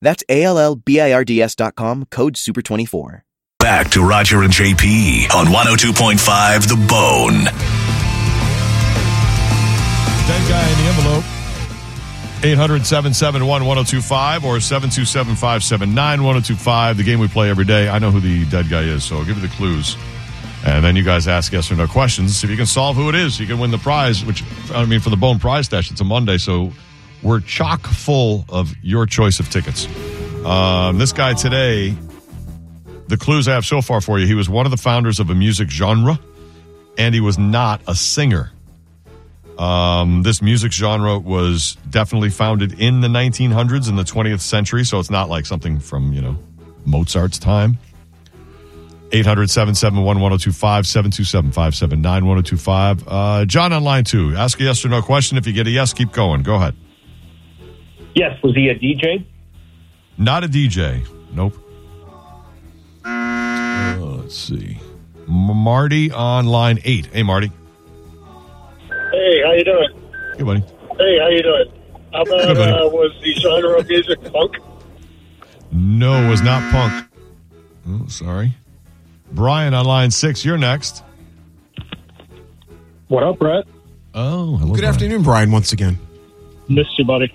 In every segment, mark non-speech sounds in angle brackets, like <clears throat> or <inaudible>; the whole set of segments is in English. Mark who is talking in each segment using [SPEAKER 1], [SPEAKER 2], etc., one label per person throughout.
[SPEAKER 1] That's A L L B I R D S dot com, code SUPER24.
[SPEAKER 2] Back to Roger and JP on 102.5 The Bone.
[SPEAKER 3] Dead guy in the envelope. 800 771 1025 or 727 579 1025. The game we play every day. I know who the dead guy is, so I'll give you the clues. And then you guys ask yes or no questions. If you can solve who it is, you can win the prize, which, I mean, for the Bone Prize Dash, it's a Monday, so we're chock full of your choice of tickets. Um, this guy today, the clues I have so far for you, he was one of the founders of a music genre, and he was not a singer. Um, this music genre was definitely founded in the 1900s in the 20th century, so it's not like something from, you know, Mozart's time. 800 771 1025 727 579 1025. Uh, John on line two. Ask a yes or no question. If you get a yes, keep going. Go ahead.
[SPEAKER 4] Yes, was he a DJ?
[SPEAKER 3] Not a DJ. Nope. Uh, let's see. M- Marty on line eight. Hey, Marty.
[SPEAKER 5] Hey, how you doing?
[SPEAKER 3] Hey, buddy.
[SPEAKER 5] Hey, how you doing? How
[SPEAKER 3] Good,
[SPEAKER 5] about
[SPEAKER 3] buddy.
[SPEAKER 5] uh, was the genre of music funk?
[SPEAKER 3] No, it was not punk. Oh, sorry. Brian on line six, you're next.
[SPEAKER 4] What up, Brett?
[SPEAKER 3] Oh, hello.
[SPEAKER 6] Good
[SPEAKER 3] Brian.
[SPEAKER 6] afternoon, Brian, once again.
[SPEAKER 4] Missed you, buddy.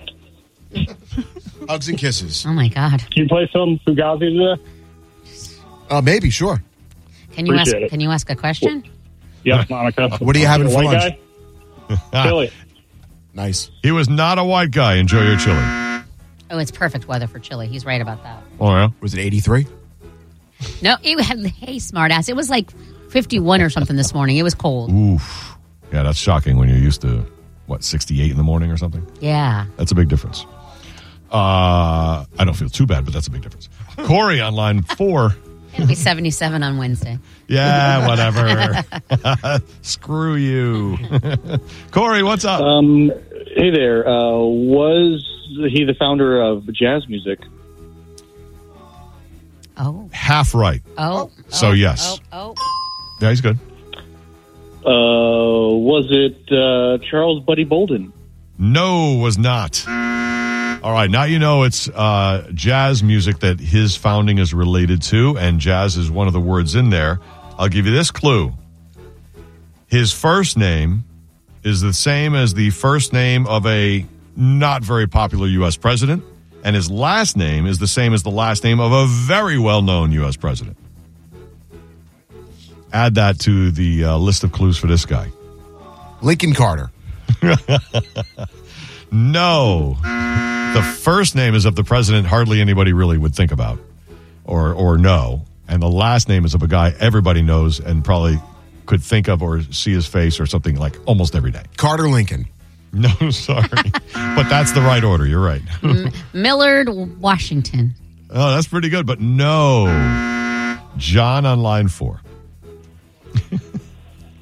[SPEAKER 6] Hugs and kisses.
[SPEAKER 7] Oh my God!
[SPEAKER 4] Can you play some Fugazi today?
[SPEAKER 6] Uh, maybe, sure.
[SPEAKER 7] Can you
[SPEAKER 4] Appreciate
[SPEAKER 7] ask?
[SPEAKER 4] it.
[SPEAKER 7] Can you ask a question?
[SPEAKER 4] Yes, Monica.
[SPEAKER 6] Uh, What are you having Uh,
[SPEAKER 4] The
[SPEAKER 6] for
[SPEAKER 4] white
[SPEAKER 6] lunch?
[SPEAKER 4] guy?
[SPEAKER 3] <laughs> Ah,
[SPEAKER 4] Chili.
[SPEAKER 6] Nice.
[SPEAKER 3] he was not a white guy. Enjoy your chili.
[SPEAKER 7] Oh, it's perfect weather for Chile. He's right about that.
[SPEAKER 3] Oh, yeah.
[SPEAKER 6] Was it 83?
[SPEAKER 7] No, it had hey smartass. It was like fifty-one or something this morning. It was cold.
[SPEAKER 3] Oof. Yeah, that's shocking when you're used to, what, 68 in the morning or something?
[SPEAKER 7] Yeah.
[SPEAKER 3] That's a big difference. Uh, I don't feel too bad, but that's a big difference. Corey on line four.
[SPEAKER 7] It'll be 77 on Wednesday.
[SPEAKER 3] <laughs> Yeah, whatever. <laughs> Screw you. <laughs> Corey, what's up?
[SPEAKER 7] Uh,
[SPEAKER 4] Um, hey there. Uh, was he the founder of jazz music?
[SPEAKER 7] Oh,
[SPEAKER 3] Half right.
[SPEAKER 7] oh.
[SPEAKER 3] So
[SPEAKER 7] oh,
[SPEAKER 3] yes.
[SPEAKER 7] Oh, oh.
[SPEAKER 3] Yeah, he's good.
[SPEAKER 4] Uh, was it uh, Charles Buddy Bolden?
[SPEAKER 3] No, was not. All right, now you know it's uh, jazz music that his founding is related to, and jazz is one of the words in there. I'll give you this clue. His first name is the same as the first name of a not very popular U.S. president, and his last name is the same as the last name of a very well known U.S. president. Add that to the uh, list of clues for this guy.
[SPEAKER 6] Lincoln Carter.
[SPEAKER 3] No. The first name is of the president hardly anybody really would think about or or know. And the last name is of a guy everybody knows and probably could think of or see his face or something like almost every day. <laughs>
[SPEAKER 6] Carter Lincoln.
[SPEAKER 3] No, sorry. but that's the right order. You're right.
[SPEAKER 7] Millard Washington.
[SPEAKER 3] oh, that's pretty good, but no. John on line 4.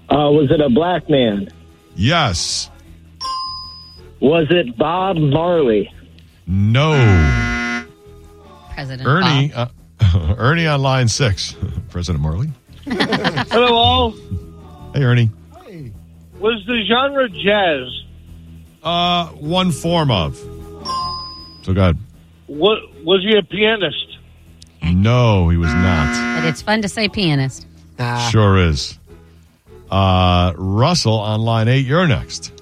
[SPEAKER 4] Uh, was it a black man?
[SPEAKER 3] Yes.
[SPEAKER 4] Was it Bob Marley?
[SPEAKER 3] No.
[SPEAKER 7] President.
[SPEAKER 3] Ernie
[SPEAKER 7] Bob.
[SPEAKER 3] uh, <laughs> Ernie on line 6. <laughs> President Marley.
[SPEAKER 5] Hello, all.
[SPEAKER 3] Hey Ernie.
[SPEAKER 5] Was the genre jazz?
[SPEAKER 3] Uh, one form of. So God,
[SPEAKER 5] What was he a pianist?
[SPEAKER 3] no, he was not.
[SPEAKER 7] But it's fun to say pianist.
[SPEAKER 3] Sure is. Uh, Russell on line eight. You're next.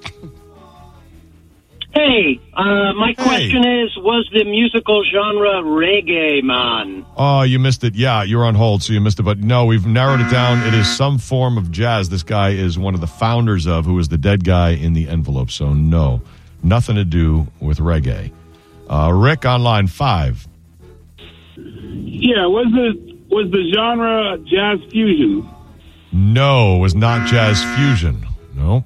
[SPEAKER 8] Hey, uh, my
[SPEAKER 3] Hey.
[SPEAKER 8] question is, was the musical genre reggae, man?
[SPEAKER 3] Oh, you missed it. Yeah, you were on hold, so you missed it. But no, we've narrowed it down. It is some form of jazz. This guy is one of the founders of, who is the dead guy in the envelope. So no, nothing to do with reggae. Uh, Rick on line five.
[SPEAKER 5] Yeah, was the was the genre jazz fusion?
[SPEAKER 3] No, it was not jazz fusion. No.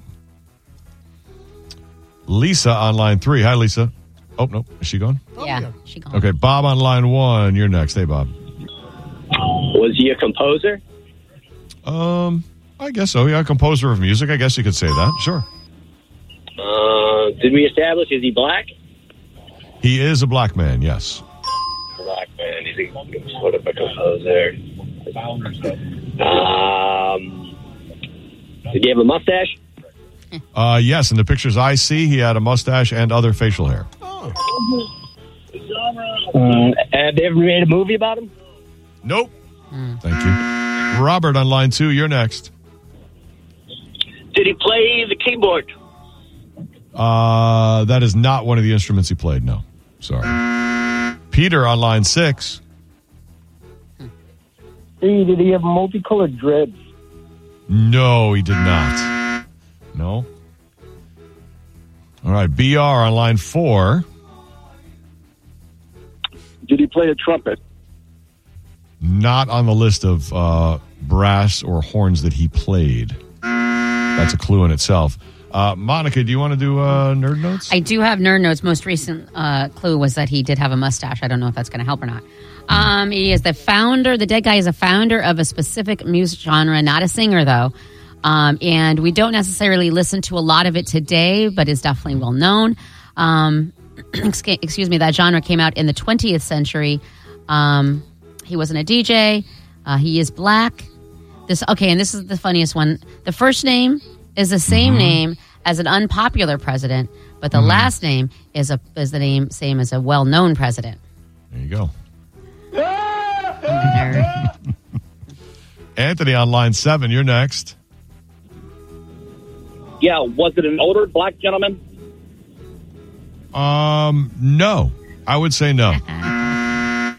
[SPEAKER 3] Lisa on line three. Hi, Lisa. Oh, no. Is she gone?
[SPEAKER 7] yeah. She gone.
[SPEAKER 3] Okay, Bob on line one. You're next. Hey, Bob.
[SPEAKER 9] Was he a composer?
[SPEAKER 3] Um, I guess so. Yeah, composer of music. I guess you could say that. Sure.
[SPEAKER 9] Uh, did we establish is he black?
[SPEAKER 3] He is a black man, yes.
[SPEAKER 9] Black man. He's a sort of a composer. Um, did he have a mustache?
[SPEAKER 3] Uh, yes, in the pictures I see, he had a mustache and other facial hair.
[SPEAKER 9] Uh, have they ever made a movie about him?
[SPEAKER 3] Nope. Thank you. Robert on line two, you're next.
[SPEAKER 8] Did he play the keyboard?
[SPEAKER 3] Uh, that is not one of the instruments he played, no. Sorry. Peter on line six.
[SPEAKER 4] did he have multicolored dreads?
[SPEAKER 3] No, he did not. No. All right, BR on line four.
[SPEAKER 5] Did he play a trumpet?
[SPEAKER 3] Not on the list of uh, brass or horns that he played. That's a clue in itself. Uh, Monica, do you want to do uh, nerd notes?
[SPEAKER 7] I do have nerd notes. Most recent uh, clue was that he did have a mustache. I don't know if that's going to help or not. Um, he is the founder. The dead guy is a founder of a specific music genre, not a singer though. Um, and we don't necessarily listen to a lot of it today, but is definitely well known. Um, <clears throat> exca- excuse me. That genre came out in the 20th century. Um, he wasn't a DJ. Uh, he is black. This okay, and this is the funniest one. The first name is the
[SPEAKER 3] Mm-hmm.
[SPEAKER 7] same name as an unpopular president, but the last name is a is the name same as a well known president.
[SPEAKER 3] there you go.
[SPEAKER 7] Nerd.
[SPEAKER 3] Anthony on line seven, you're next.
[SPEAKER 9] Yeah. Was it an older black gentleman?
[SPEAKER 3] Um, no, I would say no.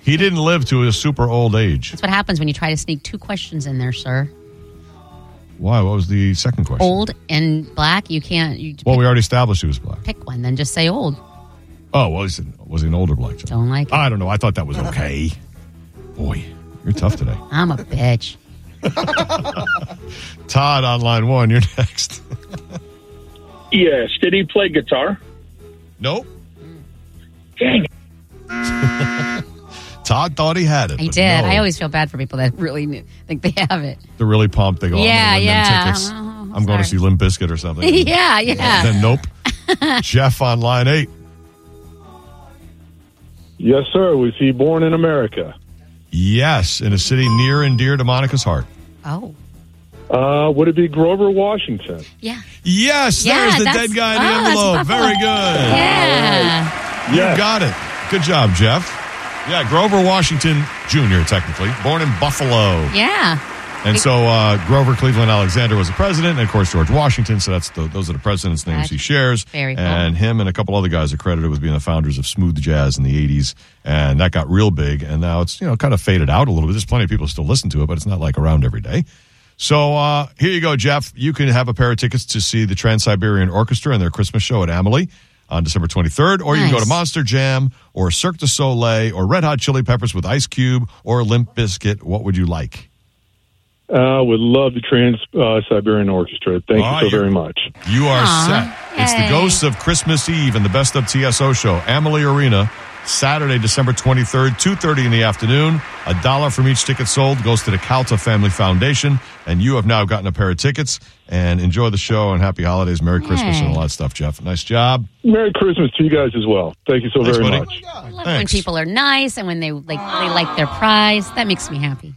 [SPEAKER 3] he didn't live to a super old age.
[SPEAKER 7] That's what happens when you try to sneak two questions in there, sir.
[SPEAKER 3] Why? What was the second question?
[SPEAKER 7] Old and black, you can't. You
[SPEAKER 3] Well, we
[SPEAKER 7] pick,
[SPEAKER 3] already established he was black.
[SPEAKER 7] pick one, then just say old.
[SPEAKER 3] Oh, well, he's an, was he an older black gentleman?
[SPEAKER 7] Don't like it.
[SPEAKER 3] I don't know. I thought that was okay. Boy, you're tough today.
[SPEAKER 7] I'm a bitch.
[SPEAKER 3] Todd on line one, you're <laughs> next.
[SPEAKER 5] Yes. Did he play guitar?
[SPEAKER 3] nope. <laughs> Todd thought he had it.
[SPEAKER 7] I
[SPEAKER 3] but
[SPEAKER 7] did.
[SPEAKER 3] no.
[SPEAKER 7] I always feel bad for people that really knew, think they have it. <laughs>
[SPEAKER 3] They're really pumped. They go, I'm
[SPEAKER 7] Yeah,
[SPEAKER 3] gonna win
[SPEAKER 7] yeah.
[SPEAKER 3] them tickets.
[SPEAKER 7] Oh,
[SPEAKER 3] I'm
[SPEAKER 7] I'm
[SPEAKER 3] going to see
[SPEAKER 7] sorry.
[SPEAKER 3] Limp Biscuit or something.
[SPEAKER 7] <laughs> yeah, yeah.
[SPEAKER 3] Then
[SPEAKER 7] <laughs>
[SPEAKER 3] nope. Jeff on line eight.
[SPEAKER 5] Yes, sir. Was he born in America?
[SPEAKER 3] Yes, in a city near and dear to Monica's heart.
[SPEAKER 7] Oh,
[SPEAKER 5] Uh, would it be Grover Washington?
[SPEAKER 7] yeah,
[SPEAKER 3] Yes,
[SPEAKER 7] Yeah,
[SPEAKER 3] there's the
[SPEAKER 7] that's-
[SPEAKER 3] dead guy in the
[SPEAKER 7] oh, that's
[SPEAKER 3] envelope.
[SPEAKER 7] my
[SPEAKER 3] Very
[SPEAKER 7] fault.
[SPEAKER 3] good.
[SPEAKER 7] yeah.
[SPEAKER 3] You got it. Good job, Jeff. Yeah, Grover Washington Jr., technically, born in Buffalo.
[SPEAKER 7] yeah.
[SPEAKER 3] And so uh, Grover Cleveland Alexander was the president, and of course George Washington. So that's the, those are the presidents' names he shares.
[SPEAKER 7] Very cool.
[SPEAKER 3] and him and a couple other guys are credited with being the founders of smooth jazz in the '80s, and that got real big. And now it's you know kind of faded out a little bit. There's plenty of people still listen to it, but it's not like around every day. So uh, here you go, Jeff. You can have a pair of tickets to see the Trans Siberian Orchestra and their Christmas show at Amelie on December 23rd, or you can go to
[SPEAKER 7] Nice.
[SPEAKER 3] Monster Jam or Cirque du Soleil or Red Hot Chili Peppers with Ice Cube or Limp Biscuit. What would you like?
[SPEAKER 5] Uh, would love the Trans uh, Siberian Orchestra. Thank
[SPEAKER 3] Ah,
[SPEAKER 5] you so
[SPEAKER 3] you're-
[SPEAKER 5] very much.
[SPEAKER 3] You are
[SPEAKER 7] Aw,
[SPEAKER 3] set. It's the
[SPEAKER 7] yay.
[SPEAKER 3] Ghosts of Christmas Eve and the Best of TSO show, Amelie Arena, Saturday, December 23rd, 2.30 in the afternoon. A dollar from each ticket sold goes to the Calta Family Foundation, and you have now gotten a pair of tickets. And enjoy the show and happy holidays, Merry Christmas, and
[SPEAKER 7] Yay.
[SPEAKER 3] all that stuff, Jeff. Nice job.
[SPEAKER 5] Merry Christmas to you guys as well. Thank you so
[SPEAKER 3] Thanks,
[SPEAKER 5] very
[SPEAKER 3] buddy.
[SPEAKER 5] much.
[SPEAKER 7] I love when
[SPEAKER 3] Thanks.
[SPEAKER 7] people are nice and when they like they like their prize. That makes me happy.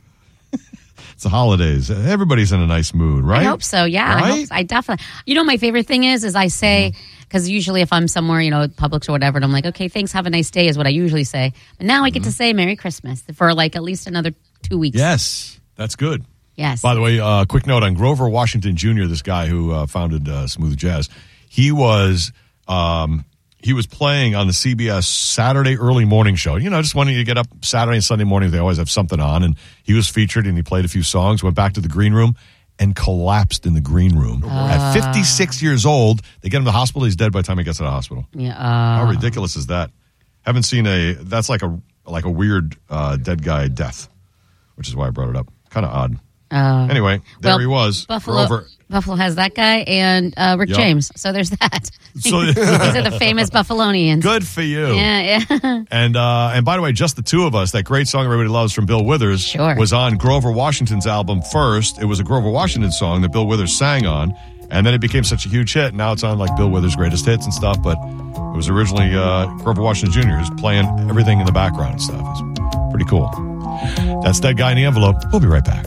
[SPEAKER 3] It's the holidays. Everybody's in a nice mood, right?
[SPEAKER 7] I hope so. Yeah, I,
[SPEAKER 3] Right? Mm.
[SPEAKER 7] hope so. I definitely. You know, my favorite thing is is I say because usually if I'm somewhere, you know, Publix or whatever, and I'm like, okay, thanks, have a nice day, is what I usually say. But now I get to say Merry Christmas for like at least another two weeks.
[SPEAKER 3] Mm-hmm. Yes, that's good.
[SPEAKER 7] Yes.
[SPEAKER 3] By the way, uh, quick note on Grover Washington Jr., this guy who uh, founded uh, Smooth Jazz. He was um, he was playing on the CBS Saturday early morning show. You know, just wanting to get up Saturday and Sunday morning. They always have something on, and he was featured and he played a few songs. Went back to the green room and collapsed in the green room at 56 years old. They get him to the hospital. He's dead by the time he gets to the hospital.
[SPEAKER 7] yeah, uh,
[SPEAKER 3] How ridiculous is that? Haven't seen a that's like a like a weird uh, dead guy death, which is why I brought it up. Kind of odd.
[SPEAKER 7] uh, uh,
[SPEAKER 3] Anyway, there
[SPEAKER 7] Well,
[SPEAKER 3] he was.
[SPEAKER 7] Buffalo-
[SPEAKER 3] Grover
[SPEAKER 7] Buffalo has that guy and uh, Rick
[SPEAKER 3] Yup.
[SPEAKER 7] James. So there's that.
[SPEAKER 3] So-
[SPEAKER 7] <laughs> These are the famous Buffalonians.
[SPEAKER 3] Good for you.
[SPEAKER 7] Yeah, yeah.
[SPEAKER 3] And uh, and by the way, just the two of us, that great song everybody loves from Bill Withers
[SPEAKER 7] Sure.
[SPEAKER 3] was on Grover Washington's album first. It was a Grover Washington song that Bill Withers sang on, and then it became such a huge hit. Now it's on like Bill Withers' greatest hits and stuff, but it was originally uh, Grover Washington Jr. is playing everything in the background and stuff. It's pretty cool. That's Dead Guy in the Envelope. We'll be right back.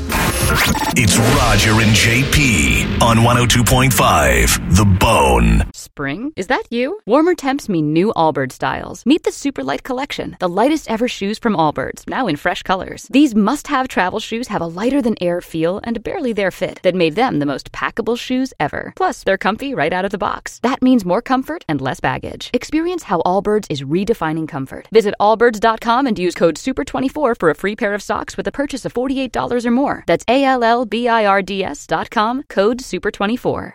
[SPEAKER 2] It's Roger and JP on 102.5 The Bone.
[SPEAKER 10] Spring? Is that you? Warmer temps mean new Allbirds styles. Meet the Superlight Collection, the lightest ever shoes from Allbirds, now in fresh colors. These must have travel shoes have a lighter than air feel and a barely there fit that made them the most packable shoes ever. Plus, they're comfy right out of the box. That means more comfort and less baggage. Experience how Allbirds is redefining comfort. Visit allbirds.com and use code SUPER24 for a free pair of socks with a purchase of $48 or more. That's A L L B I R D S dot com, code SUPER24.